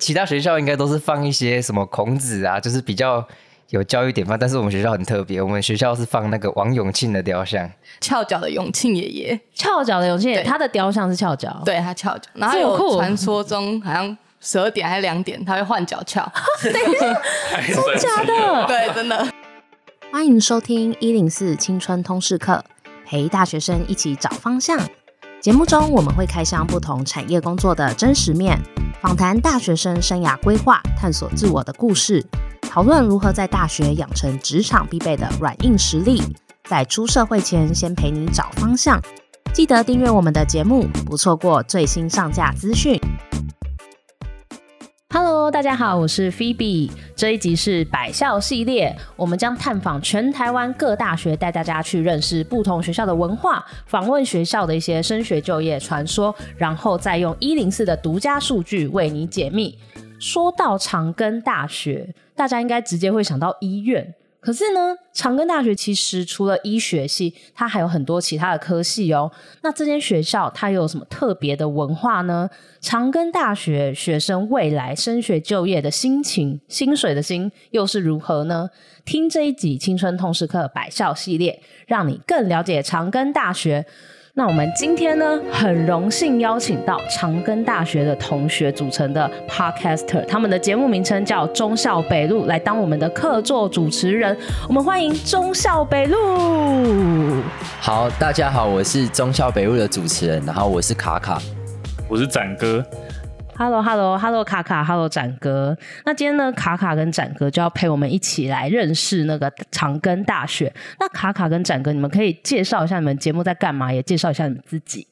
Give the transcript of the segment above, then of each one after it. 其他学校应该都是放一些什么孔子啊，就是比较有教育典范。但是我们学校很特别，我们学校是放那个王永庆的雕像。翘脚的永庆爷爷，翘脚的勇气，对他的雕像是翘脚，对他翘脚，然后还这么酷有传说中好像十二点还是两点他会换脚翘，太神奇假了 的。对，真的。欢迎收听一零四青春通识课，陪大学生一起找方向。节目中我们会开箱不同产业工作的真实面，访谈大学生生涯规划，探索自我的故事，讨论如何在大学养成职场必备的软硬实力，在出社会前先陪你找方向。记得订阅我们的节目，不错过最新上架资讯。 Hello，大家好，我是 Phoebe。这一集是百校系列，我们将探访全台湾各大学，带大家去认识不同学校的文化，访问学校的一些升学就业传说，然后再用一零四的独家数据为你解密。说到长庚大学，大家应该直接会想到医院。可是呢，长庚大学其实除了医学系，它还有很多其他的科系哦。那这间学校它有什么特别的文化呢？长庚大学学生未来升学就业的心情、薪水的心又是如何呢？听这一集《青春通识课》百校系列，让你更了解长庚大学。那我们今天呢，很荣幸邀请到长庚大学的同学组成的 Podcaster，他们的节目名称叫中校北路，来当我们的客座主持人。我们欢迎中校北路。好，大家好，我是中校北路的主持人，然后我是卡卡。我是展哥， Hello Hello Hello 卡卡 Hello 展哥，那今天呢，卡卡跟展哥就要陪我们一起来认识那个长庚大学。那卡卡跟展哥，你们可以介绍一下你们节目在干嘛，也介绍一下你们自己。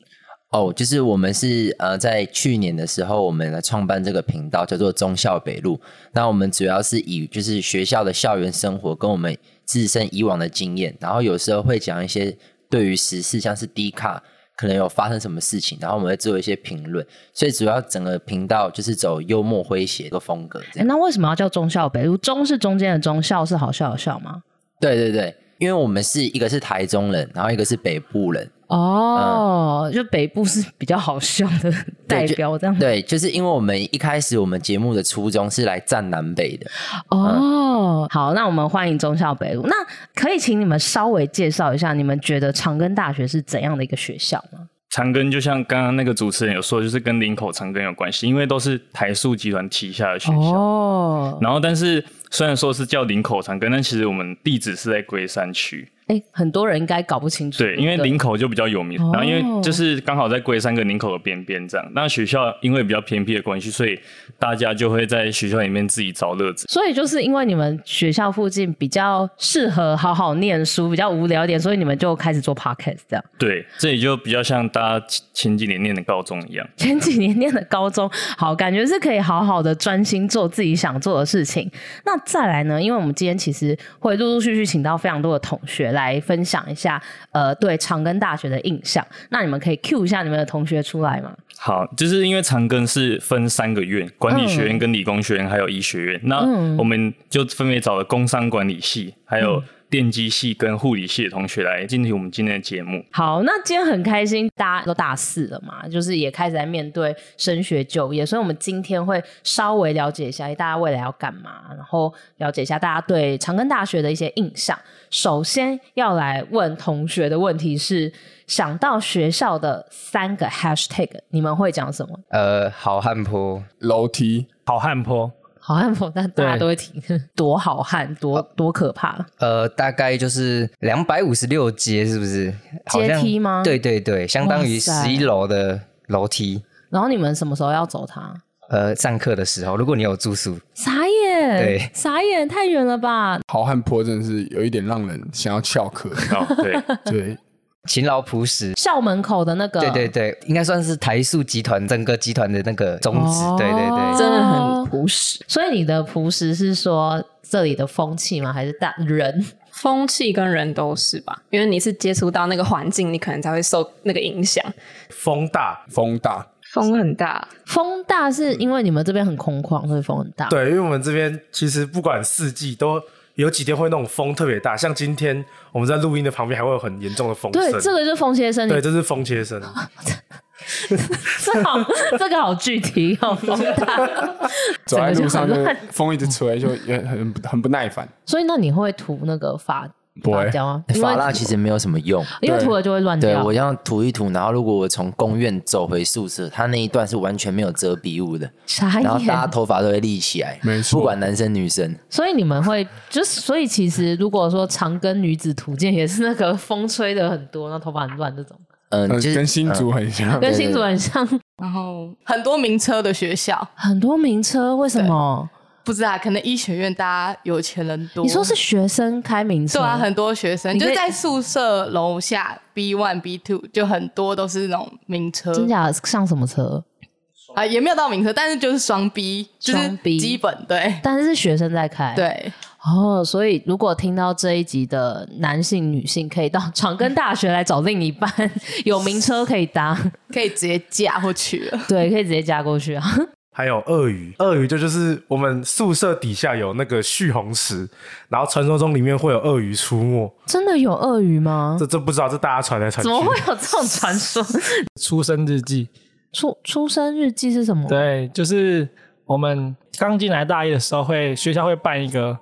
哦，就是我们是呃，在去年的时候，我们来创办这个频道，叫做中校北路。那我们主要是以就是学校的校园生活跟我们自身以往的经验，然后有时候会讲一些对于时事，像是低卡可能有发生什么事情，然后我们会做一些评论。所以主要整个频道就是走幽默诙谐的风格。这诶样。那为什么要叫中校北路？中是中间的中，校是好笑的校吗？对对对，因为我们是一个是台中人，然后一个是北部人。哦，就北部是比较好笑的代嗯对就表这样。对，就是因为我们一开始我们节目的初衷是来站南北的。嗯哦，好，那我们欢迎中校北路。那可以请你们稍微介绍一下，你们觉得长庚大学是怎样的一个学校吗？长庚就像刚刚那个主持人有说，就是跟林口长庚有关系，因为都是台塑集团旗下的学校。哦，然后，但是虽然说是叫林口长庚，但其实我们地址是在龟山区。哎、很多人应该搞不清楚。对，因为不林口就比较有名，哦然后因为就是刚好在龟山跟林口的边边这样。那学校因为比较偏僻的关系，所以大家就会在学校里面自己找乐子。所以就是因为你们学校附近比较适合好好念书，比较无聊一点，所以你们就开始做 podcast 这样。对，这也就比较像大家前前几年念的高中一样。前几年念的高中，好，感觉是可以好好的专心做自己想做的事情。那再来呢？因为我们今天其实会陆陆续续请到非常多的同学来分享一下，呃，对长庚大学的印象。那你们可以 Q 一下你们的同学出来吗？好，就是因为长庚是分三个院，管理嗯学院、跟理工学院还有医学院。那我们就分别找了工商管理系、还嗯有电机系跟护理系的同学来进行我们今天的节目。好，那今天很开心，大家都大四了嘛，就是也开始在面对升学就业，所以我们今天会稍微了解一下大家未来要干嘛，然后了解一下大家对长庚大学的一些印象。首先要来问同学的问题是：想到学校的三个 hashtag，你们会讲什么？呃，好汉坡，楼梯，好汉坡，好汉否？但大家对都会提， 多好汉，多哦多可怕！呃，大概就是两百五十六阶，是不是？好阶像梯吗对对对，相当于哇塞十一楼的楼梯。然后你们什么时候要走它？呃，上课的时候，如果你有住宿，傻眼，对傻眼，太远了吧？好汉坡真的是有一点让人想要翘课。哦，对，对，勤劳朴实。校门口的那个，对对对，应该算是台塑集团整个集团的那个宗旨。哦对对对，真的很朴实，所以你的朴实是说这里的风气吗？还是大人？风气跟人都是吧，因为你是接触到那个环境，你可能才会受那个影响。风大，风大，风很大，风大是因为你们这边很空旷，所以风很大。，对，因为我们这边其实不管四季都有几天会那种风特别大，像今天我们在录音的旁边还会有很严重的风对，声，这个就是风先生。你对，这是风切声，这好， 这个好具体，好丰大。 走在路上就整个就很风一直吹，就也很很不耐烦。所以那你会涂那个发不会发胶吗？哦因为哎发蜡其实没有什么用。因为涂了就会乱对掉我。这样涂一涂，然后如果我从公园走回宿舍，它那一段是完全没有遮蔽物的，傻然后大家眼。头发都会立起来，没错不管男生女生。所以你们会就是，所以其实如果说长跟女子图鉴也是那个风吹的很多，然后头发很乱这种，嗯，呃就是跟新竹很像，嗯跟新竹很像。然后很多名车的学校，很多名车为什么？不知道、可能医学院大家有钱人多。你说是学生开名车？对啊，很多学生你就可以是在宿舍楼下 B one B two 就很多都是那种名车真假的像什么车？啊，也没有到名车，但是就是双 B，就双是 B 基本对但是是学生在开。。对，哦，所以如果听到这一集的男性、女性，可以到长庚大学来找另一半， 有名车可以搭， 可以直接嫁或娶了。 对，可以直接加过去啊。 还有鳄鱼，鳄鱼就就是我们宿舍底下有那个蓄洪池，然后传说中里面会有鳄鱼出没，真的有鳄鱼吗？这这不知道，这大家传来传怎么会去。有这种传说？ 出生日记。出出生日记是什么？对，就是我们刚进来大一的时候会，学校会办一个，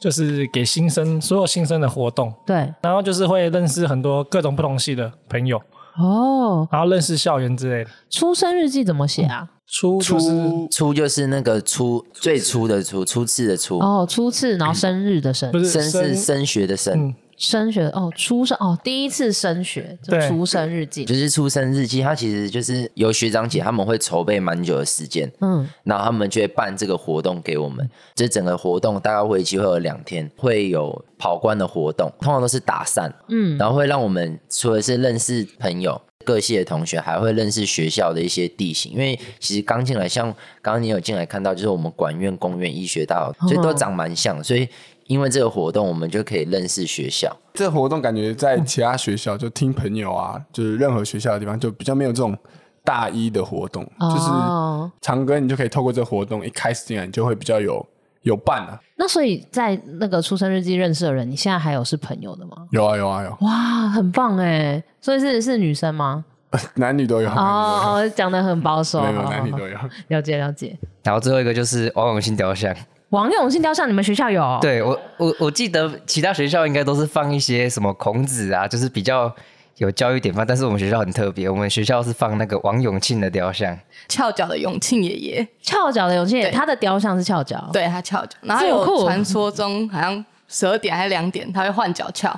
就是给新生所有新生的活动， 对然后就是会认识很多各种不同系的朋友，哦，然后认识校园之类的。出生日记怎么写啊？初就是初就是那个初最初的初，初次的初，哦，初次，然后生日的生不，是升是生升学的升，嗯升学哦，出生哦，第一次升学就对出生日记。就是出生日记。它其实就是由学长姐他们会筹备蛮久的时间，嗯，然后他们就会办这个活动给我们。这整个活动大概为期会有两天，会有跑关的活动，通常都是打散，嗯然后会让我们除了是认识朋友。各系的同学还会认识学校的一些地形，因为其实刚进来，像刚刚你有进来看到，就是我们管院、公院、医学大楼，所以都长蛮像，所以因为这个活动，我们就可以认识学校。这活动感觉在其他学校，就听朋友啊，就是任何学校的地方，就比较没有这种大一的活动。哦就是长庚，你就可以透过这活动，一开始进来你就会比较有有伴啊。那所以在那个出生日记认识的人，你现在还有是朋友的吗？有啊有啊有，哇，很棒哎！所以是是女生吗？男啊女都有。哦哦，讲的很保守，没有没好有好男女好都有。了解了解。然后最后一个就是王永庆雕像，王永庆雕像，你们学校有？，对我我我记得其他学校应该都是放一些什么孔子啊，就是比较有教育典范，但是我们学校很特别，我们学校是放那个王永庆的雕像， 翘脚的永庆爷爷，翘脚的永庆，对他的雕像是翘脚。对他翘脚，然后这还么酷有传说中好像十二点还是两点他会换脚 翘，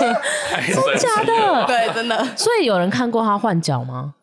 真假 的？对，真的，所以有人看过他换脚吗？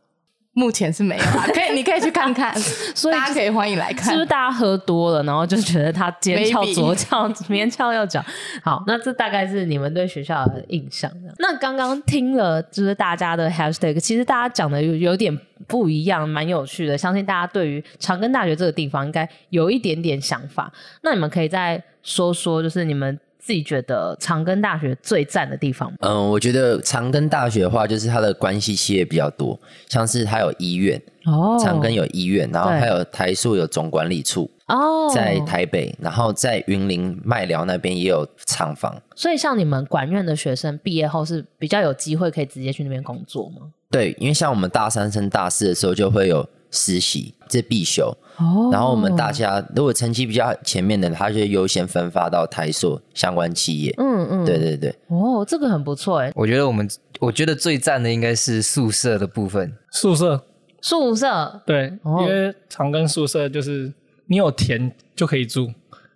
目前是没有啊，可以你可以去看 看，所以大家可以欢迎来是看不是。大家喝多了，然后就觉得他今天翘 Maybe 左脚，明天翘右脚？好，那这大概是你们对学校的印象。那刚刚听了就是大家的 hashtag，其实大家讲的有有点不一样，蛮有趣的。相信大家对于长庚大学这个地方应该有一点点想法。那你们可以再说说，就是你们自己觉得长庚大学最赞的地方吗？嗯，我觉得长庚大学的话，就是它的关系企业比较多，像是它有医院，哦长庚有医院，然后对还有台塑有总管理处哦，在台北，然后在云林麦寮那边也有厂房。所以像你们管院的学生毕业后是比较有机会可以直接去那边工作吗？对，因为像我们大三升大四的时候就会有实习，这必修。哦然后我们大家如果成绩比较前面的，他就优先分发到台塑相关企业。嗯嗯，对对对，哦，这个很不错哎，我觉得我们我觉得最赞的应该是宿舍的部分，宿舍，宿舍对，哦因为长庚宿舍就是你有田就可以住，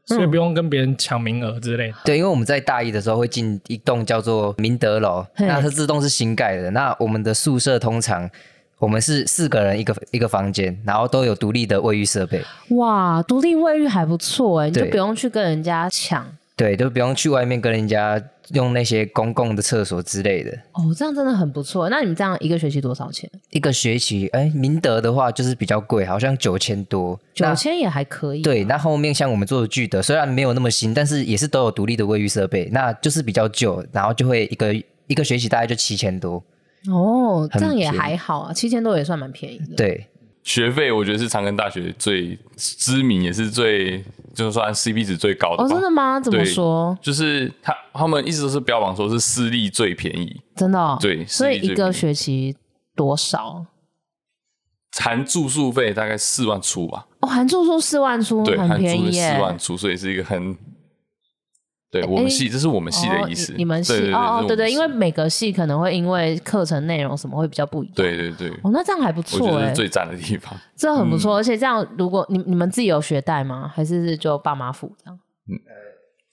所以嗯不用跟别人抢名额之类的。对，因为我们在大一的时候会进一栋叫做明德楼，嘿那它自动是新盖的。那我们的宿舍通常我们是四个人一个一个房间，然后都有独立的卫浴设备，哇，独立卫浴还不错哎，你就对不用去跟人家抢对，就不用去外面跟人家用那些公共的厕所之类的。哦，这样真的很不错。那你们这样一个学期多少钱？一个学期，哎，明德的话就是比较贵，好像九千多。九那千也还可以，啊对，那后面像我们做的聚德，虽然没有那么新，但是也是都有独立的卫浴设备，那就是比较旧，然后就会一个一个学期大概就七千多。哦，这很样也便宜还好啊，七千多也算蛮便宜的。，对，学费我觉得是长庚大学最知名，也是最就算 CP 值最高的吧。哦，真的吗？怎么对说？就是他他们一直都是标榜说是私立最便宜，真的哦，对私所以立一这个边学期多少？含住宿费大概四万出吧，哦，含住宿四万出，对，哦很含住便宿宜四耶。万出，所以是一个很。对我们系，这是我们系的意思。哦你你们系对对哦哦这是我对们对，系因为每个系可能会因为课程内容什么会比较不一样。对对对，哦，那这样还不我觉错得哎是，最赞的地方。这很不错。而且这样，如果你你们自己有学贷吗？还是是就爸妈付这样？嗯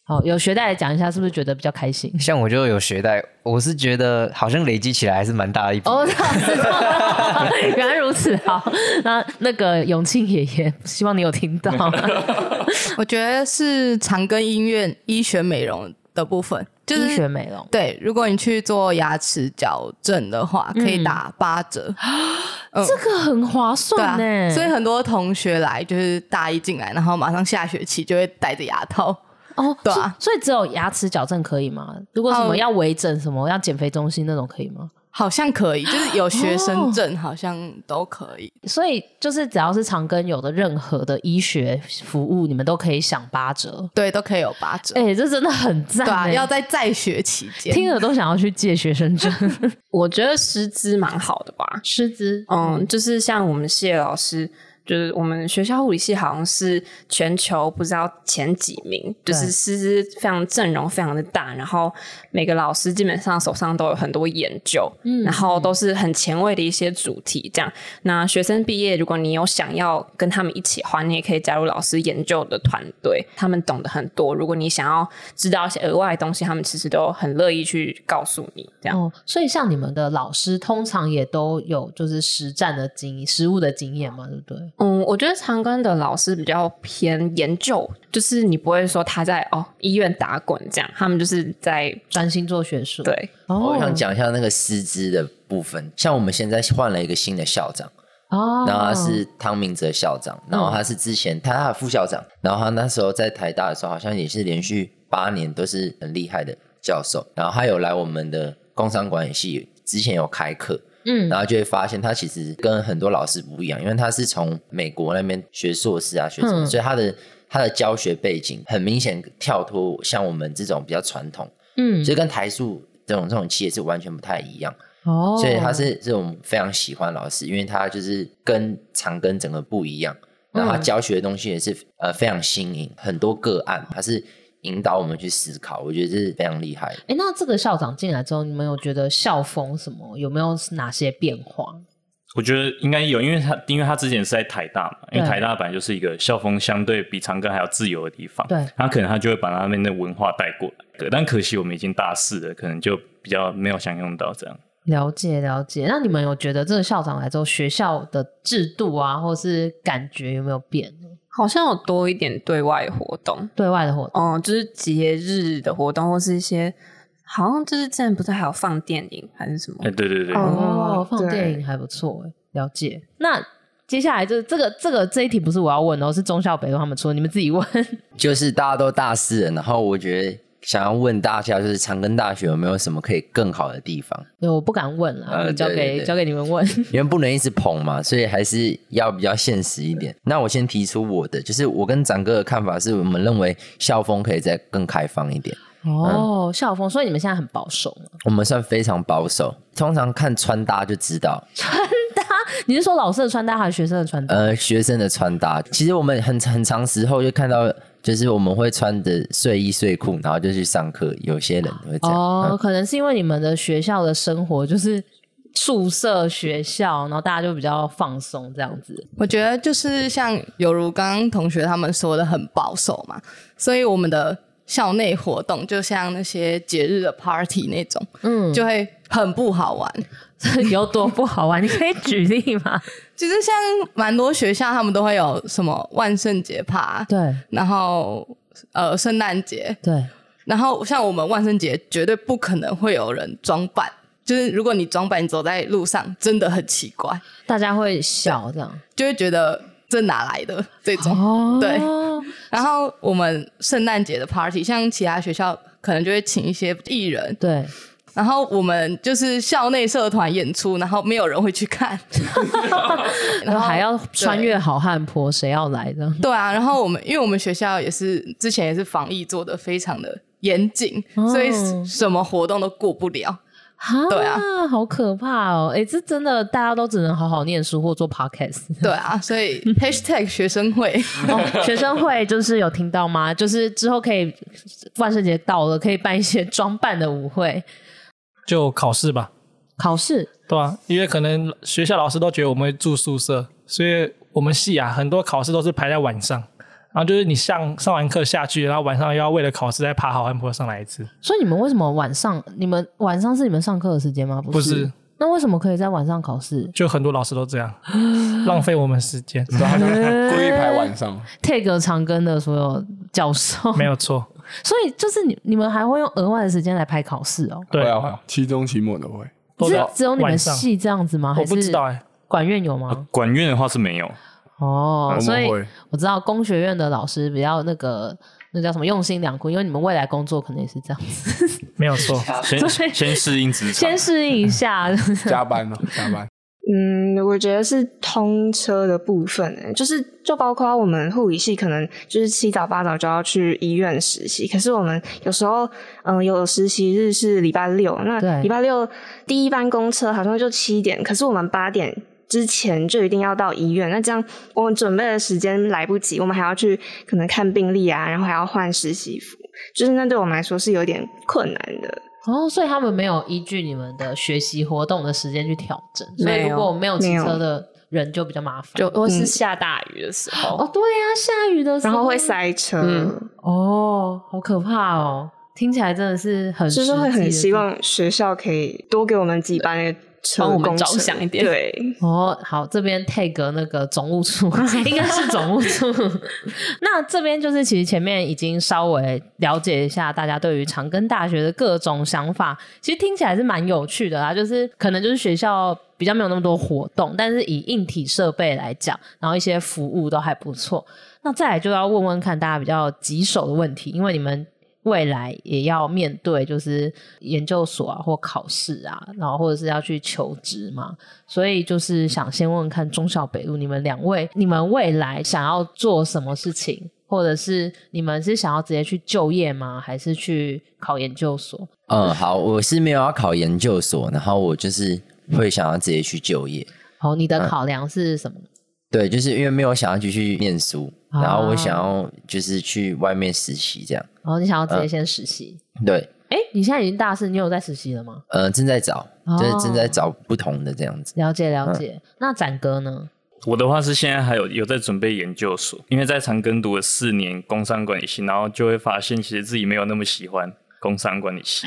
好，有学贷的讲一下，是不是觉得比较开心？像我就有学贷，我是觉得好像累积起来还是蛮大的一笔。哦，是这样原来如此。好，那那个永庆爷爷， 希望你有听到。 我觉得是长庚医院医学美容的部分，就是医学美容。对，如果你去做牙齿矫正的话，可以打八折，嗯嗯 这个很划对算欸啊呢、所以很多同学来就是大一进来，然后马上下学期就会戴着牙套。哦，对啊所以，所以只有牙齿矫正可以吗？如果什嗯么要微整、什么要减肥中心那种可以吗？好像可以，就是有学哦生证，好像都可以。所以就是只要是长庚有的任何的医学服务，你们都可以享八折。对，都可以有八折。哎、这真的很赞、对啊，欸要在在学期间，听了都想要去借学生证。 我觉得师资蛮好的吧，嗯师资，哦嗯，就是像我们谢老师，就是我们学校物理系好像是全球不知道前几名，就对是师资非常阵容非常的大，然后每个老师基本上手上都有很多研究，嗯然后都是很前卫的一些主题，这样。那学生毕业，如果你有想要跟他们一起的话，你也可以加入老师研究的团队，他们懂得很多。如果你想要知道一些额外的东西，他们其实都很乐意去告诉你，这样。哦，所以像你们的老师，通常也都有就是实战的经实务的经验嘛，对不对？嗯，我觉得长庚的老师比较偏研究，就是你不会说他在哦医院打滚这样，他们就是在专心做学术。对哦我想讲一下那个师资的部分，像我们现在换了一个新的校长，哦，然后他是汤明哲校长，然后他是之前他他的副校长，然后他那时候在台大的时候，好像也是连续八年都是很厉害的教授，然后他有来我们的工商管理系，之前有开课，嗯然后就会发现他其实跟很多老师不一样，因为他是从美国那边学硕士啊学什么，嗯所以他的他的教学背景很明显跳脱像我们这种比较传统，嗯所以跟台塑这种这种企业是完全不太一样。哦，所以他是这种非常喜欢老师，因为他就是跟长庚整个不一样，然后他教学的东西也是呃非常新颖，很多个案，他是引导我们去思考，我觉得这是非常厉害的。哎，那这个校长进来之后，你们有觉得校风什么有没有哪些变化？我觉得应该有，因为他因为他之前是在台大嘛，因为对台大本来就是一个校风相对比长庚还要自由的地方，对他可能他就会把他们的文化带过来。对，但可惜我们已经大四了，可能就比较没有享用到这样。了解了解，那你们有觉得这个校长来之后，学校的制度啊，或是感觉有没有变？好像有多一点对外活动，对外的活动，嗯，就是节日的活动或是一些，好像就是之前不是还有放电影还是什么哎、？对对对，哦哦，放电影还不错欸，了解。那接下来就是这个这个这一题不是我要问哦，是中校北路他们出的，你们自己问。就是大家都大四了，然后我觉得想要问大家，就是长庚大学有没有什么可以更好的地方？因为我不敢问啦，呃交对对给对交给你 们问。因为不能一直捧嘛，所以还是要比较现实一点。那我先提出我的，就是我跟展哥的看法是，我们认为校风可以再更开放一点。哦，校风，所以你们现在很保守吗？ 我们算非常保守，通常看穿搭就知道，你是说老师的穿搭还是学生的穿搭？呃，学生的穿搭，其实我们很很长时候就看到，就是我们会穿着睡衣睡裤，然后就去上课，有些人会这样。哦嗯，可能是因为你们的学校的生活就是宿舍学校，然后大家就比较放松这样子。我觉得就是像有如刚刚同学他们说的很保守嘛，所以我们的校内活动就像那些节日的 party 那种，嗯，就会很不好玩。 有多不好玩？你可以举例吗？ 其实像蛮多学校他们都会有什么万圣节趴，对然后呃圣诞节，对，然后像我们万圣节绝对不可能会有人装扮，就是如果你装扮你走在路上真的很奇怪，大家会笑这样。就会觉得这哪来的这种。哦对然后我们圣诞节的 party，像其他学校可能就会请一些艺人，对，然后我们就是校内社团演出，然后没有人会去看， 然后还要穿对越好汉坡，谁要来的？对啊，然后我们因为我们学校也是之前也是防疫做的非常的严谨，哦所以什么活动都过不了。哈，对啊，好可怕哦！哎，这真的大家都只能好好念书或做 podcast。 对啊，所 以 hashtag 学生会，哦，学生会就是有听到吗？就是之后可以万圣节到了，可以办一些 装扮的舞会。就考试吧，考试对啊，因为可能学校老师都觉得我们会住宿舍，所以我们系啊很多考试都是排在晚上，然后就是你上上完课下去，然后晚上又要为了考试再爬好汉坡上来一次。所以你们为什么晚上？你们晚上是你们上课的时间吗？不是。不是那为什么可以在晚上考试就很多老师都 这样，浪费我们时间，哎故意排晚上， ？take 长庚的所有教授没有，错。 所以就是你你们还会用额外的时间来排考试哦？对会啊会啊，期中期末都会。都是到只有你们晚上系这样子吗？我不知道啊哎、管院有吗？管院的话是没有，哦，我所们以会我知道工学院的老师比较那个那叫什么用心良苦，因为你们未来工作可能也是这样子， 没有错。先先适应职场先，适应一下。 加班哦，加班。嗯，我觉得是通车的部分欸，就是就包括我们护理系可能就是七早八早就要去医院实习，可是我们有时候嗯、呃有实习日是礼拜六，对那礼拜六第一班公车好像就七点，可是我们八点。之前就一定要到医院，那这样我们准备的时间来不及，我们还要去可能看病历啊，然后还要换实习服，就是那对我们来说是有点困难的。哦，所以他们没有依据你们的学习活动的时间去调整，所以没有如果没有骑没有车的人就比较麻烦。就或是嗯下大雨的时候，哦，对呀、下雨的时然候，后会塞车，嗯哦，好可怕哦！听起来真的是很就是会实际很的希望学校可以多给我们几班的车帮我们工着程想一点对，哦，好，这边 tag 那个总务 处，应该是总务处。 那这边就是其实前面已经稍微了解一下大家对于长庚大学的各种想法，其实听起来是蛮有趣的啦。就是可能就是学校比较没有那么多活动，但是以硬体设备来讲，然后一些服务都还不错。那再来就要问问看大家比较棘手的问题，因为你们未来也要面对就是研究所啊或考试啊，然后或者是要去求职嘛，所以就是想先问问看中小北路你们两位，你们未来想要做什么事情，或者是你们是想要直接去就业吗？还是去考研究所？嗯，好，我是没有要考研究所，然后我就是会想要直接去就业。嗯哦，你呃的考量是什么？对，就是因为没有想要继续念书，啊然后我想要就是去外面实习这样。然后你想要直接先实习？对，哎、你现在已经大四，你有在实习了吗？呃，正在找，哦就是正在找不同的这样子。了解了解。那展哥呢？我的话是现在还有有在准备研究所，因为在长庚读了四年工商管理系，然后就会发现其实自己没有那么喜欢工商管理 系，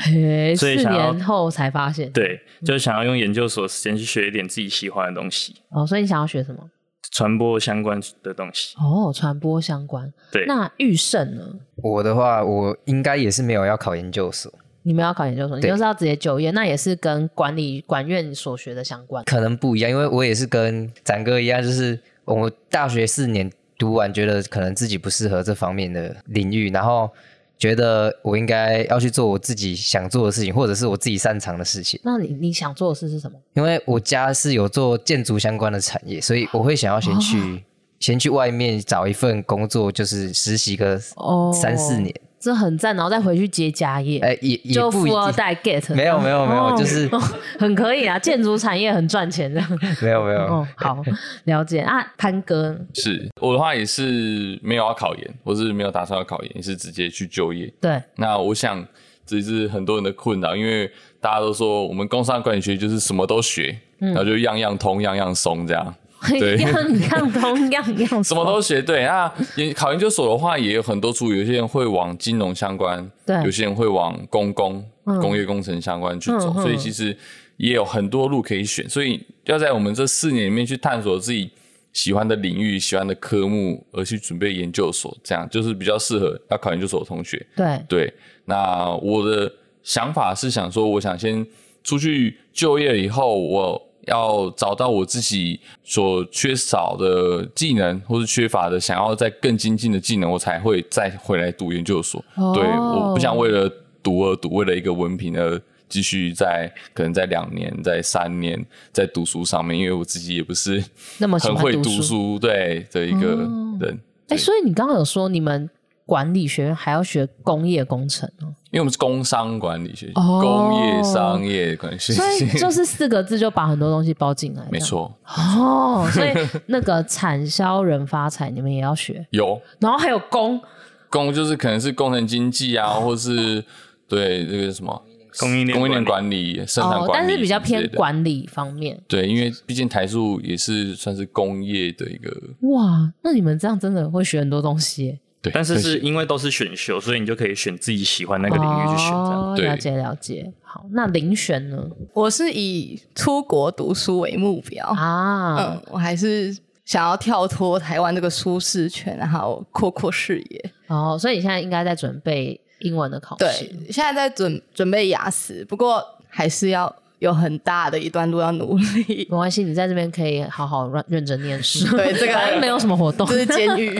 嘿所四以想要年后才发现。对，就是想要用研究所时间去学一点自己喜欢的东西，哦，所以你想要学什么？传播相关的东西。哦，传播相关。对，那预胜呢？我的话，我应该也是没有要考研究所，你们要考研究所，你对就是要直接就业，那也是跟管理管院所学的相关。可能不一样，因为我也是跟展哥一样，就是我大学四年读完，觉得可能自己不适合这方面的领域，然后觉得我应该要去做我自己想做的事情，或者是我自己擅长的事情。那你你想做的事是什么？因为我家是有做建筑相关的产业，所以我会想要先去、先去外面找一份工作，就是实习个哦三四年。这很赞，然后再回去接家业，哎、也也就不一富二定。代 get。没有没有没有哦就是哦 很可以啊，建筑产业很赚钱这样。没有没有，哦， 好，了解啊，潘哥，是我的话也是没有要考研，我是没有打算要考研，也是直接去就业。对，那我想这是很多人的困扰，因为大家都说我们工商管理学就是什么都学，嗯然后就样样通，样样松这 样。对样样通样样什么都学。对，那研考研究所的话，也有很多出路，有些人会往金融相关，对有些人会往工工、嗯工业工程相关去走，嗯嗯所以其实也有很多路可以选。所以要在我们这四年里面去探索自己喜欢的领域、喜欢的科目，而去准备研究所，这样就是比较适合要考研究所的同学。对，对，那我的想法是想说，我想先出去就业以后，我要找到我自己所缺少的技能，或是缺乏的，想要再更精进的技能，我才会再回来读研究所。哦对，我不想为了读而读，为了一个文凭而。继续在可能在两年、在三年在读书上面，因为我自己也不是那么喜很欢会读读书书，对的一个哦人。哎，所以你刚刚有说你们管理学院还要学工业工程哦，因为我们是工商管理学系，哦工业商业管理学系，所以就是四个字就把很多东西包进来。 没错，哦，所以那个产销人发财，你们也要学，有然后还有工工就是可能是工程经济啊，或 是对这个什么供应链供应链管理、生产哦，管理之类的，但是比较偏管理方面。对，因为毕竟台塑也是算是工业的一个哇，那你们这样真的会学很多东西耶。对，但是是因为都是选修，所以你就可以选自己喜欢那个领域去选，这样哦、了解了解。好，那遴选呢？我是以出国读书为目标啊，嗯，我还是想要跳脱台湾这个舒适圈，然后扩扩视野。哦，所以你现在应该在准备英文的考对试。，现在在准准备雅思，不过还是要有很大的一段路要努力。没关系，你在这边可以好好认认真念书。 对 这个反正没有什么活动，这是监狱。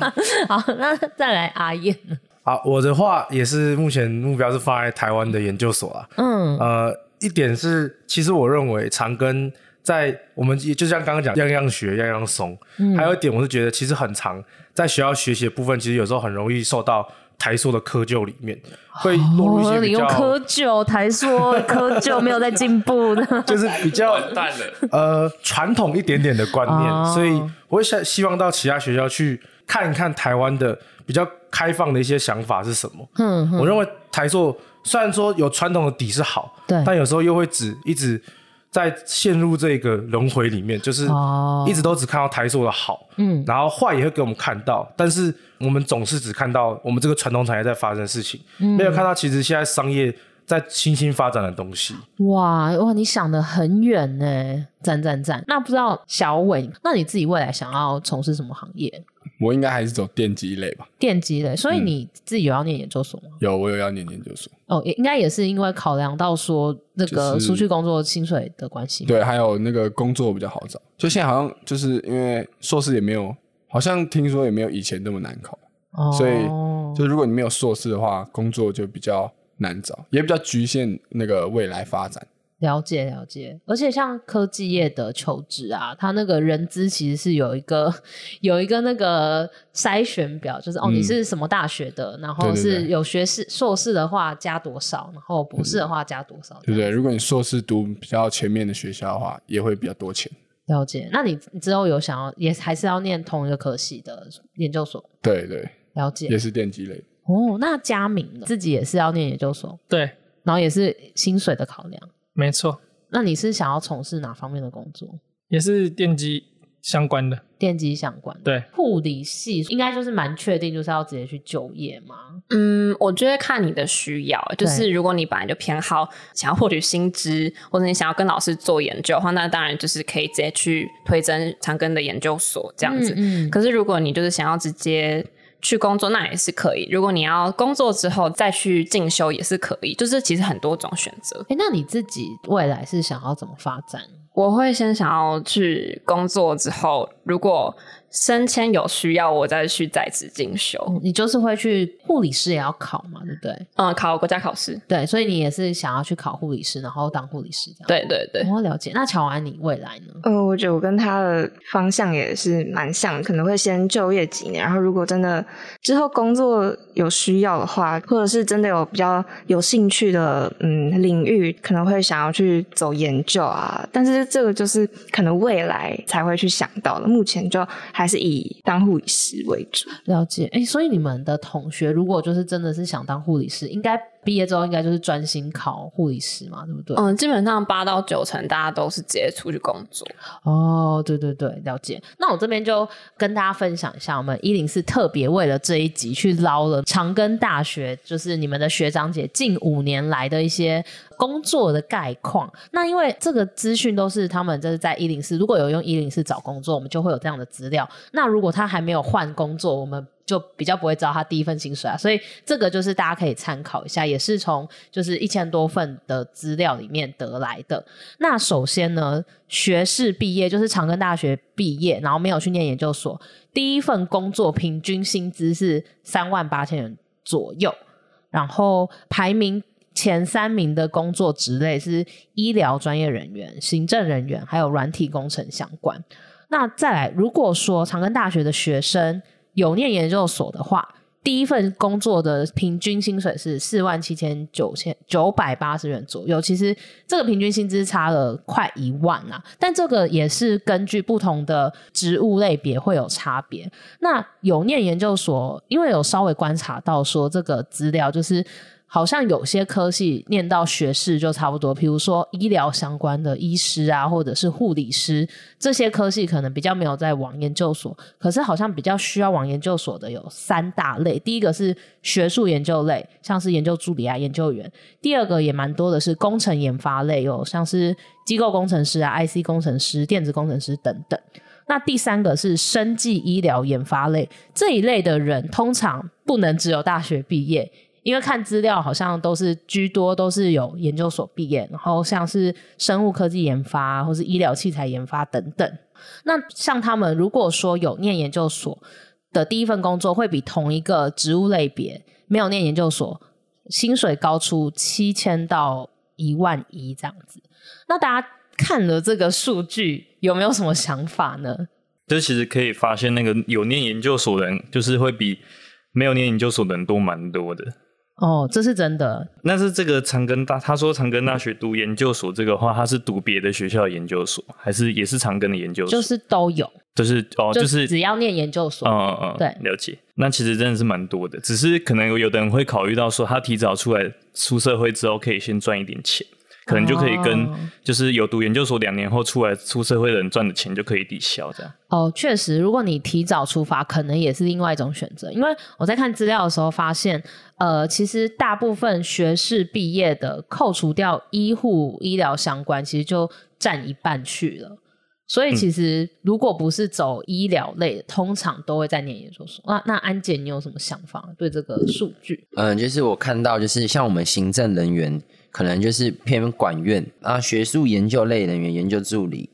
好，那再来阿燕呢。好，我的话也是目前目标是放在台湾的研究所啦。嗯呃，一点是，其实我认为长庚在我们也就像刚刚讲，样样学，样样松。嗯还有一点，我是觉得其实很长，在学校学习的部分，其实有时候很容易受到台塑的窠臼里面，会落入一些哦你比较、用窠臼，台说窠臼没有在进步的， 就是比较完蛋了。呃传统一点点的观念，哦所以我会想希望到其他学校去看一看台湾的比较开放的一些想法是什么。嗯哼我认为台塑虽然说有传统的底是好，对但有时候又会只一直在陷入这个轮回里面，就是哦一直都只看到台塑的好，嗯然后坏也会给我们看到，但是我们总是只看到我们这个传统产业在发生的事情，嗯没有看到其实现在商业在新兴发展的东西。哇哇，你想的很远呢，赞赞赞。那不知道小伟，那你自己未来想要从事什么行业？我应该还是走电机类吧。电机类，嗯所以你自己有要念研究所吗？有，我有要念研究所。哦，也应该也是因为考量到说那个就是出去工作薪水的关系。对，还啊有那个工作比较好找，就现在好像就是因为硕士也没有，好像听说也没有以前那么难考，哦所以就如果你没有硕士的话，工作就比较难找，也比较局限那个未来发展。了解了解，而且像科技业的求职啊，它那个人资其实是有一个有一个那个筛选表，就是哦、嗯你是什么大学的，然后对对嗯是对有学士、硕士的话加多少，然后博士的话加多少。对不对？如果你硕士读比较前面的学校的话，也会比较多钱。了解，那你你之后有想要也还是要念同一个科系的研究所？对对，了解也是电机类。哦，那佳明呢自己也是要念研究所，对，然后也是薪水的考量。没错，那你是想要从事哪方面的工作？也是电机相关的。电机相关的对，护理系应该就是蛮确定，就是要直接去就业嘛。嗯，我觉得看你的需要，就对是如果你本来就偏好想要获取薪资，或者你想要跟老师做研究的话，那当然就是可以直接去推甄长庚的研究所这样子。嗯嗯可是如果你就是想要直接去工作，那也是可以。如果你要工作之后再去进修也是可以，就是其实很多种选择。哎，那你自己未来是想要怎么发展？我会先想要去工作之后，如果升迁有需要，我再去在职进修。哦你就是会去护理师也要考嘛，对不对？嗯，考国家考试。对，所以你也是想要去考护理师，然后当护理师这样。对对对，我、了解。那乔安，你未来呢？呃，我觉得我跟他的方向也是蛮像，可能会先就业几年，然后如果真的之后工作有需要的话，或者是真的有比较有兴趣的嗯领域，可能会想要去走研究啊。但是这个就是可能未来才会去想到的，目前就还是以当护理师为主。了解。哎，所以你们的同学如果就是真的是想当护理师，应该毕业之后应该就是专心考护理师嘛，对不对？嗯，基本上八到九成大家都是直接出去工作。哦，对对对，了解。那我这边就跟大家分享一下，我们一零四特别为了这一集去捞了长庚大学，就是你们的学长姐近五年来的一些工作的概况。那因为这个资讯都是他们就是在一零四，如果有用一零四找工作，我们就会有这样的资料。那如果他还没有换工作，我们就比较不会知道他第一份薪水啊，所以这个就是大家可以参考一下，也是从就是一千多份的资料里面得来的。那首先呢，学士毕业就是长庚大学毕业，然后没有去念研究所，第一份工作平均薪资是三万八千元左右，然后排名前三名的工作职类是医疗专业人员、行政人员，还有软体工程相关。那再来，如果说长庚大学的学生有念研究所的话，第一份工作的平均薪水是四万七千九千九百八十元左右，其实这个平均薪资差了快一万啊。但这个也是根据不同的职务类别会有差别。那有念研究所，因为有稍微观察到说这个资料就是。好像有些科系念到学士就差不多，比如说医疗相关的医师啊，或者是护理师这些科系，可能比较没有在往研究所。可是好像比较需要往研究所的有三大类，第一个是学术研究类，像是研究助理啊、研究员；第二个也蛮多的是工程研发类，有像是机构工程师啊、IC 工程师、电子工程师等等。那第三个是生技医疗研发类这一类的人，通常不能只有大学毕业，因为看资料好像都是居多都是有研究所毕业，然后像是生物科技研发或是医疗器材研发等等。那像他们如果说有念研究所的第一份工作，会比同一个职务类别没有念研究所薪水高出七千到一万一这样子。那大家看了这个数据，有没有什么想法呢？就是其实可以发现，那个有念研究所的人，就是会比没有念研究所的人多蛮多的。哦，这是真的，但是这个长庚大，他说长庚大学读研究所这个话，他是读别的学校的研究所，还是也是长庚的研究所？就是都有，就是哦，就就是只要念研究所，嗯嗯嗯，对，了解。那其实真的是蛮多的，只是可能有的人会考虑到说，他提早出来出社会之后，可以先赚一点钱，可能就可以跟哦就是有读研究所两年后出来出社会的人赚的钱就可以抵消这样。哦，确实，如果你提早出发，可能也是另外一种选择。因为我在看资料的时候发现，呃，其实大部分学士毕业的，扣除掉医护医疗相关，其实就占一半去了。所嗯以其实如果不是走医疗类的，通常都会在念研究所。那那安姐，你有什么想法对这个数据？嗯，就是我看到，就是像我们行政人员，可能就是偏管院啊，学术研究类人员、研究助理，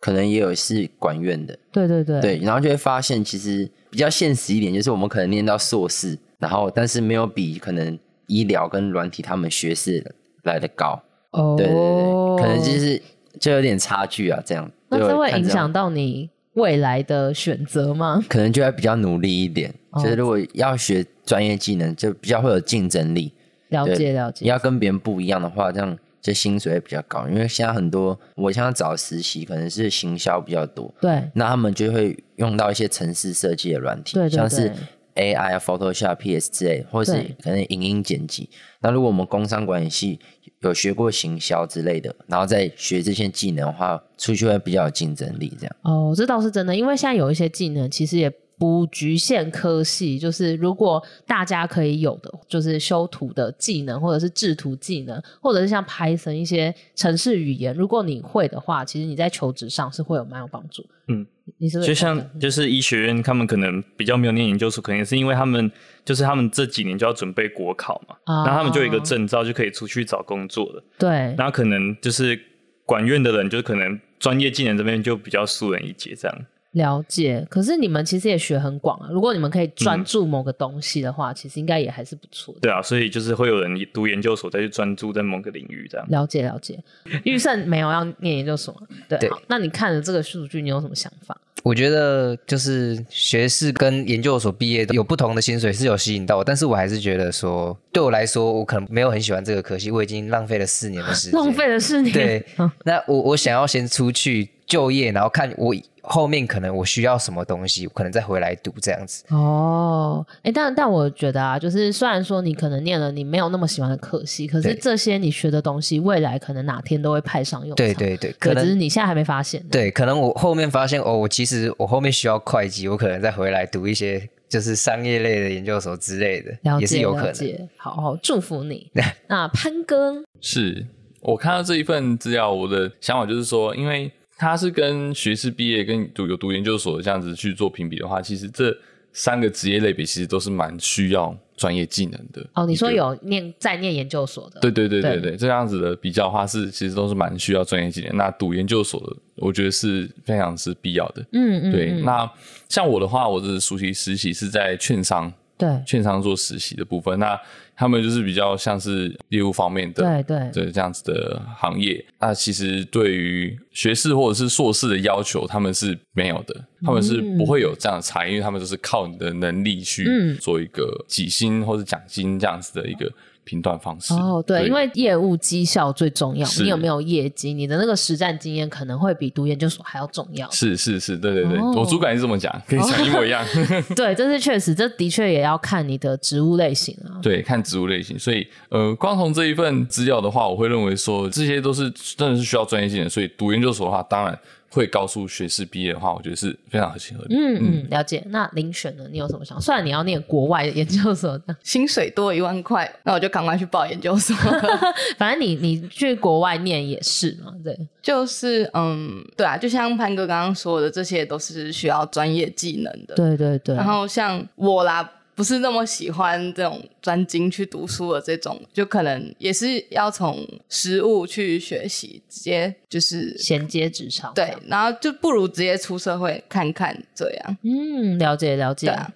可能也有是管院的。对对对，对，然后就会发现，其实比较现实一点，就是我们可能念到硕士，然后但是没有比可能医疗跟软体他们学士来的高。哦对对对，可能就是就有点差距啊，这样。那对这我会看影样响到你未来的选 择吗？可能就要比较努力一点。哦就是如果要学专业技能，就比较会有竞争力。了解对了解要跟别人不一样的话，这样就薪水会比较高。因为现在很多我现在找实习，可能是行销比较多，对那他们就会用到一些城市设计的软体，对对像是对 AI 啊、Photoshop、PS 之类，或是对可能影音剪辑。那如果我们工商管理系有学过行销之类的，然后再学这些技能的话，出去会比较有竞争力。这样。哦，这倒是真的，因为现在有一些技能其实也不局限科系，就是如果大家可以有的，就是修图的技能，或者是制图技能，或者是像 Python 一些程式语言，如果你会的话，其实你在求职上是会有蛮有帮助。嗯，你是不是就也这样像就是医学院，他们可能比较没有念研究所，可能也是因为他们就是他们这几年就要准备国考嘛，啊那他们就有一个证照就可以出去找工作了。对那可能就是管院的人，就是可能专业技能这边就比较输人一截这样。了解？可是你们其实也学很广啊，如果你们可以嗯专注某个东西的话，其实应该也还是不错的。对啊，所以就是会有人读研究所再去专注在某个领域这样。了解了解，玉胜没有要念研究所嘛，对，对好那你看了这个数据，你有什么想法？我觉得就是学士跟研究所毕业有不同的薪水是有吸引到我，但是我还是觉得说，对我来说，我可能没有很喜欢这个科系，我已经浪费了四年的 时间。浪费了四年，对，那我我想要先出去就业，然后看我后面可能我需要什么东西，我可能再回来读这样子。哦，哎、但但我觉得啊，就是虽然说你可能念了你没有那么喜欢的科系，可是对这些你学的东西，未来可能哪天都会派上用场。对对对，可只是能你现在还没发现。对，可能我后面发现哦，我其实我后面需要会计，我可能再回来读一些就是商业类的研究所之类了的，解也是有可了能。解好好祝福你。 那潘哥，是我看到这一份资料，我的想法就是说，因为他是跟学士毕业跟读有读研究所这样子去做评比的话，其实这三个职业类别其实都是蛮需要专业技能的。哦，你说有念在念研究所的，对对对对对对，这样子的比较的话是，其实都是蛮需要专业技能。那读研究所的，我觉得是非常是必要的。嗯嗯对。嗯那像我的话，我的暑期实习是在券商，对券商做实习的部分。那他们就是比较像是业务方面的，对对对这样子的行业。那其实对于学士或者是硕士的要求，他们是没有的，他们是不会有这样的差异，因为他们就是靠你的能力去嗯做一个几星或者奖金这样子的一个评断方式。哦，对，因为业务绩效最重要，是你有没有业绩，你的那个实战经验可能会比读研究所还要重要。是是是，对对对，哦我主管也是这么讲， 跟你讲一模一样。 对，这是确实，这的确也要看你的职务类型啊。对，看职务类型，所以呃，光从这一份资料的话，我会认为说这些都是真的是需要专业性的，所以读研究所的话，当然会告诉学士毕业的话，我觉得是非常合情合理。嗯嗯，了解。那遴选呢？你有什么想？虽然你要念国外研究所的，薪水多一万块，那我就赶快去报研究所。 反正你你去国外念也是嘛，对。就是嗯，对啊，就像潘哥刚刚说的，这些都是需要专业技能的。对对对然后像我啦，不是那么喜欢这种专精去读书的这种，就可能也是要从实务去学习，直接就是衔接职场。对，然后就不如直接出社会看看这样。嗯，了解了解。对啊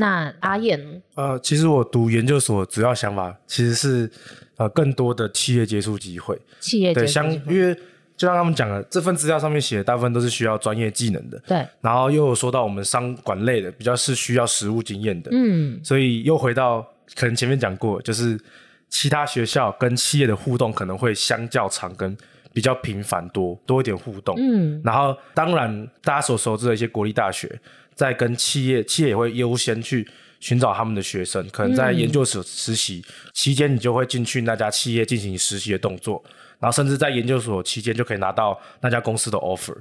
那阿燕呢呃，其实我读研究所主要想法其实是呃更多的企业接触机会，企业接对，触相机因为就像他们讲的，这份资料上面写的大部分都是需要专业技能的，对，然后又有说到我们商管类的比较是需要实务经验的，嗯所以又回到可能前面讲过，就是其他学校跟企业的互动可能会相较长跟比较频繁多多一点互动，嗯然后当然大家所熟知的一些国立大学，在跟企业企业也会优先去寻找他们的学生，可能在嗯研究所实习、期间，你就会进去那家企业进行实习的动作。然后甚至在研究所期间就可以拿到那家公司的 offer，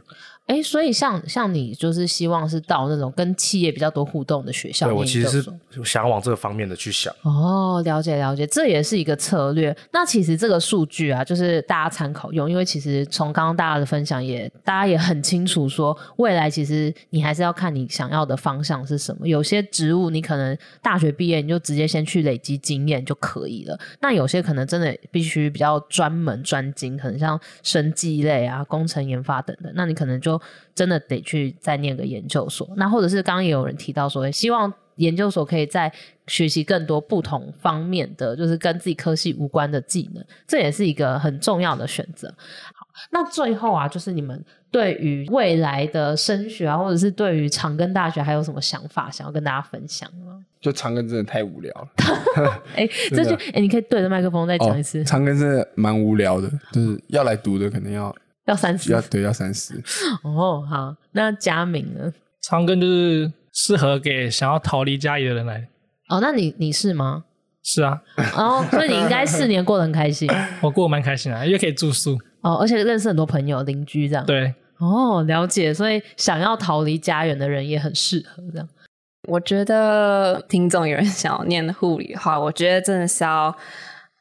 哎，所以像像你就是希望是到那种跟企业比较多互动的学校对念我研究其所。实是想要往这个方面的去想。哦，了解了解，这也是一个策略。那其实这个数据啊，就是大家参考用，因为其实从刚刚大家的分享也，大家也很清楚说，未来其实你还是要看你想要的方向是什么。有些职务你可能大学毕业你就直接先去累积经验就可以了，那有些可能真的必须比较专门专精，可能像生技类啊、工程研发等等，那你可能就真的得去再念个研究所。那或者是刚刚也有人提到说，希望研究所可以在学习更多不同方面的，就是跟自己科系无关的技能，这也是一个很重要的选择。好，那最后啊，就是你们对于未来的升学啊，或者是对于长庚大学还有什么想法想要跟大家分享吗？就长庚真的太无 聊了。 哎，这真就的哎，你可以对着麦克风再讲一次，哦长庚真的蛮无聊的，就是要来读的可能要要三十要对要三十。哦。好，那佳明呢？长庚就是适合给想要逃离家里的人来。哦，那你你是吗？是啊，哦，所以你应该四年过得很开心我过得蛮开心啊的，因为可以住宿。哦，而且认识很多朋友、邻居这样。对，哦，了解。所以想要逃离家园的人也很适合这样。我觉得听众有人 想要念护理的话，我觉得真的是要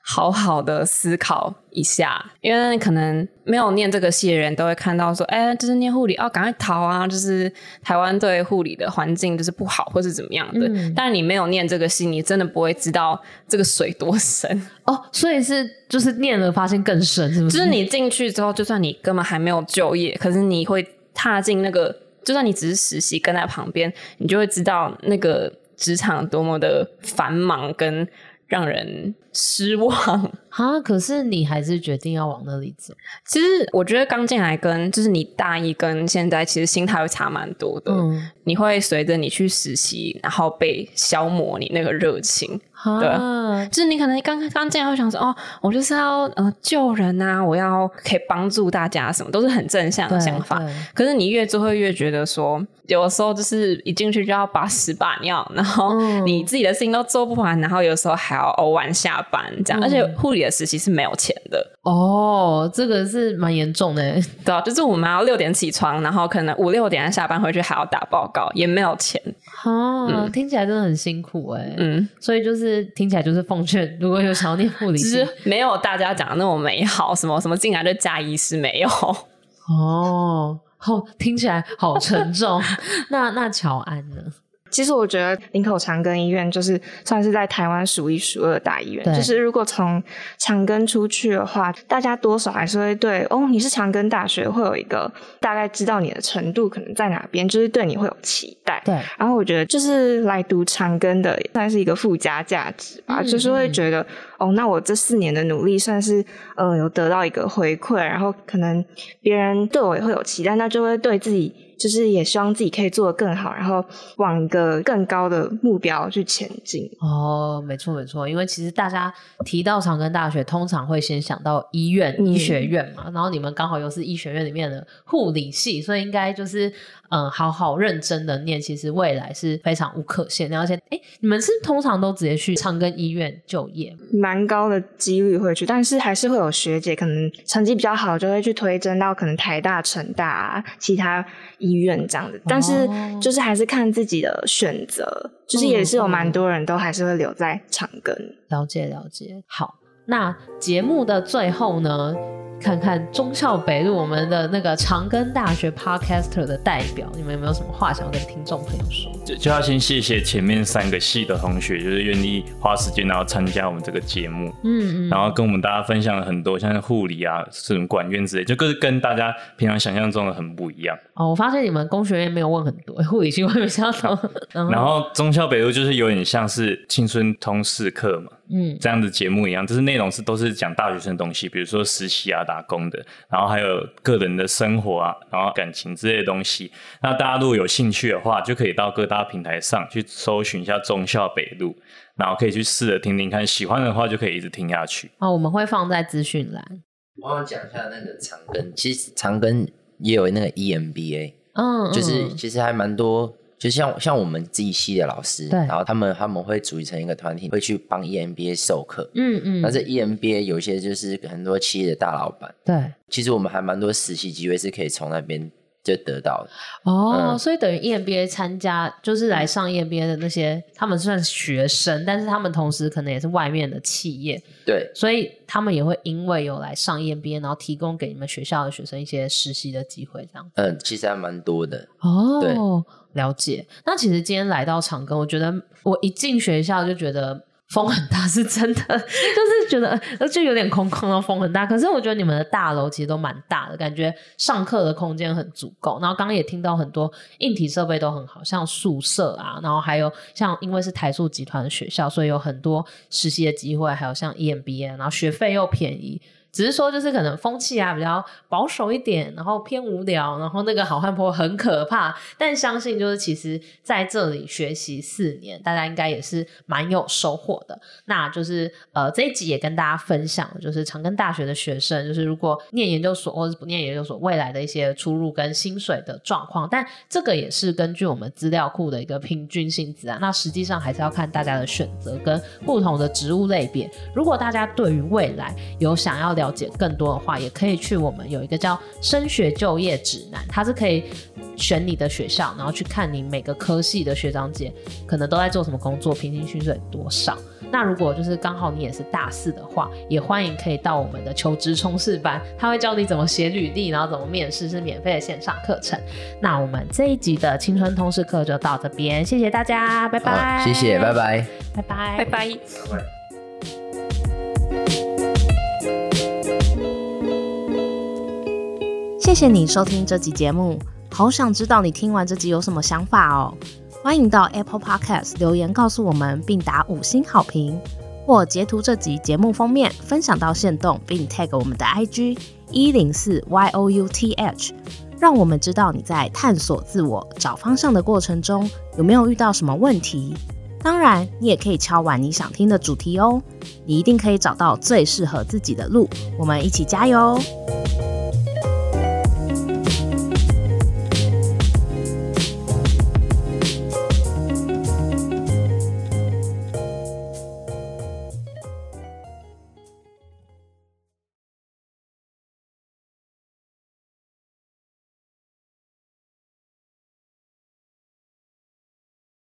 好好的思考一下，因为可能没有念这个系的人都会看到说，哎，就是念护理哦，赶快逃啊！就是台湾对护理的环境就是不好，或是怎么样的。嗯但是你没有念这个系，你真的不会知道这个水多深。哦，所以是就是念了发现更深，是不？就是是你进去之后，就算你根本还没有就业，可是你会踏进那个，就算你只是实习跟在旁边，你就会知道那个职场多么的繁忙跟让人失 望。啊，可是你还是决定要往那里走。其实我觉得刚进来跟就是你大一跟现在其实心态会差蛮多的，嗯你会随着你去实习，然后被消磨你那个热情。啊对，就是你可能刚刚进来会想说，哦，我就是要呃救人啊，我要可以帮助大家，什么都是很正向的对想法对。可是你越做会越觉得说，有的时候就是一进去就要把屎把尿，然后嗯你自己的事情都做不完，然后有时候还要偶晚下班这样。嗯而且护理的实习是没有钱的，哦，这个是蛮严重的。欸对啊，就是我们要六点起床，然后可能五六点下班回去还要打报告，也没有钱。哦、嗯听起来真的很辛苦哎、嗯，所以就是听起来就是奉劝，如果有想要念护理就系，是没有大家讲的那么美好，什么什么进来就加医师没有。 哦，好，听起来好沉重。那那乔安呢？其实我觉得林口长庚医院就是算是在台湾数一数二的大医院，对就是如果从长庚出去的话，大家多少还是会对哦，你是长庚大学会有一个大概知道你的程度可能在哪边，就是对你会有期哎待。对，然后我觉得就是来读长庚的算是一个附加价值吧，嗯就是会嗯觉得哦，那我这四年的努力算是呃有得到一个回馈，然后可能别人对我也会有期待，那就会对自己就是也希望自己可以做得更好，然后往一个更高的目标去前进。哦，没错没错，因为其实大家提到长庚大学，通常会先想到医院、嗯医学院嘛，然后你们刚好又是医学院里面的护理系，所以应该就是嗯，好好认真的念，其实未来是非常无可限量。而且，哎，你们是通常都直接去长庚医院就业吗蛮高的几率会去，但是还是会有学姐可能成绩比较好，就会去推甄到可能台大、成大、啊、其他医院这样子。但是哦就是还是看自己的选择，就是也是有蛮多人都还是会留在长庚。嗯了解了解，好，那节目的最后呢，看看中校北路我们的那个长庚大学 Podcaster 的代表，你们有没有什么话想要跟听众朋友说？就就要先谢谢前面三个系的同学，就是愿意花时间然后参加我们这个节目，嗯嗯然后跟我们大家分享了很多，像是护理啊、这种管院之类，就跟跟大家平常想象中的很不一样。哦，我发现你们工学院没有问很多， 嗯护理系我也没想到。然后中校北路就是有点像是青春通识课嘛，嗯这样的节目一样，就是内容是都是讲大学生的东西，比如说实习啊、打工的，然后还有个人的生活啊，然后感情之类的东西。那大家如果有兴趣的话，就可以到各大平台上去搜寻一下中校北路，然后可以去试着听听看，喜欢的话就可以一直听下去。哦，我们会放在资讯栏。我想讲一下那个长庚，嗯其实长庚也有那个 E EMBA，嗯，就是嗯其实还蛮多，就像像我们自己系的老师，对然后他们他们会组成一个团体，会去帮 E EMBA 授课。嗯嗯但是 E EMBA 有一些就是很多企业的大老板，对其实我们还蛮多实习机会是可以从那边就得到的。哦，嗯所以等于 EMBA 参加就是来上 E EMBA 的那些，他们算是学生，但是他们同时可能也是外面的企业，对，所以他们也会因为有来上 E EMBA，然后提供给你们学校的学生一些实习的机会，这样。嗯，其实还蛮多的。对哦，了解。那其实今天来到长庚，我觉得我一进学校就觉得风很大， 是真的，就是觉得呃就有点空空的风很大。可是我觉得你们的大楼其实都蛮大的，感觉上课的空间很足够。然后刚刚也听到很多硬体设备都很好，像宿舍啊，然后还有像因为是台塑集团的学校，所以有很多实习的机会，还有像 E EMBA，然后学费又便宜。只是说，就是可能风气啊比较保守一点，然后偏无聊，然后那个好汉坡很可怕。但相信就是其实在这里学习四年，大家应该也是蛮有收获的。那就是呃这一集也跟大家分享，就是长庚大学的学生，就是如果念研究所或者不念研究所，未来的一些出入跟薪水的状况。但这个也是根据我们资料库的一个平均薪资啊，那实际上还是要看大家的选择跟不同的职务类别。如果大家对于未来有想要了解更多的话，也可以去我们有一个叫升学就业指南，它是可以选你的学校，然后去看你每个科系的学长姐可能都在做什么工作，平均薪水多少。那如果就是刚好你也是大四的话，也欢迎可以到我们的求职冲刺班，他会教你怎么写履历，然后怎么面试，是免费的线上课程。那我们这一集的青春通识课就到这边，谢谢大家，拜拜，好，谢谢，拜，拜。拜拜，拜拜。谢谢你收听这集节目，好想知道你听完这集有什么想法哦。欢迎到 Apple Podcast 留言告诉我们，并打五星好评，或截图这集节目封面分享到线动，并 tag 我们的 IG 一零四 y o u t h，让我们知道你在探索自我、找方向的过程中有没有遇到什么问题。当然，你也可以敲完你想听的主题哦，你一定可以找到最适合自己的路。我们一起加油哦！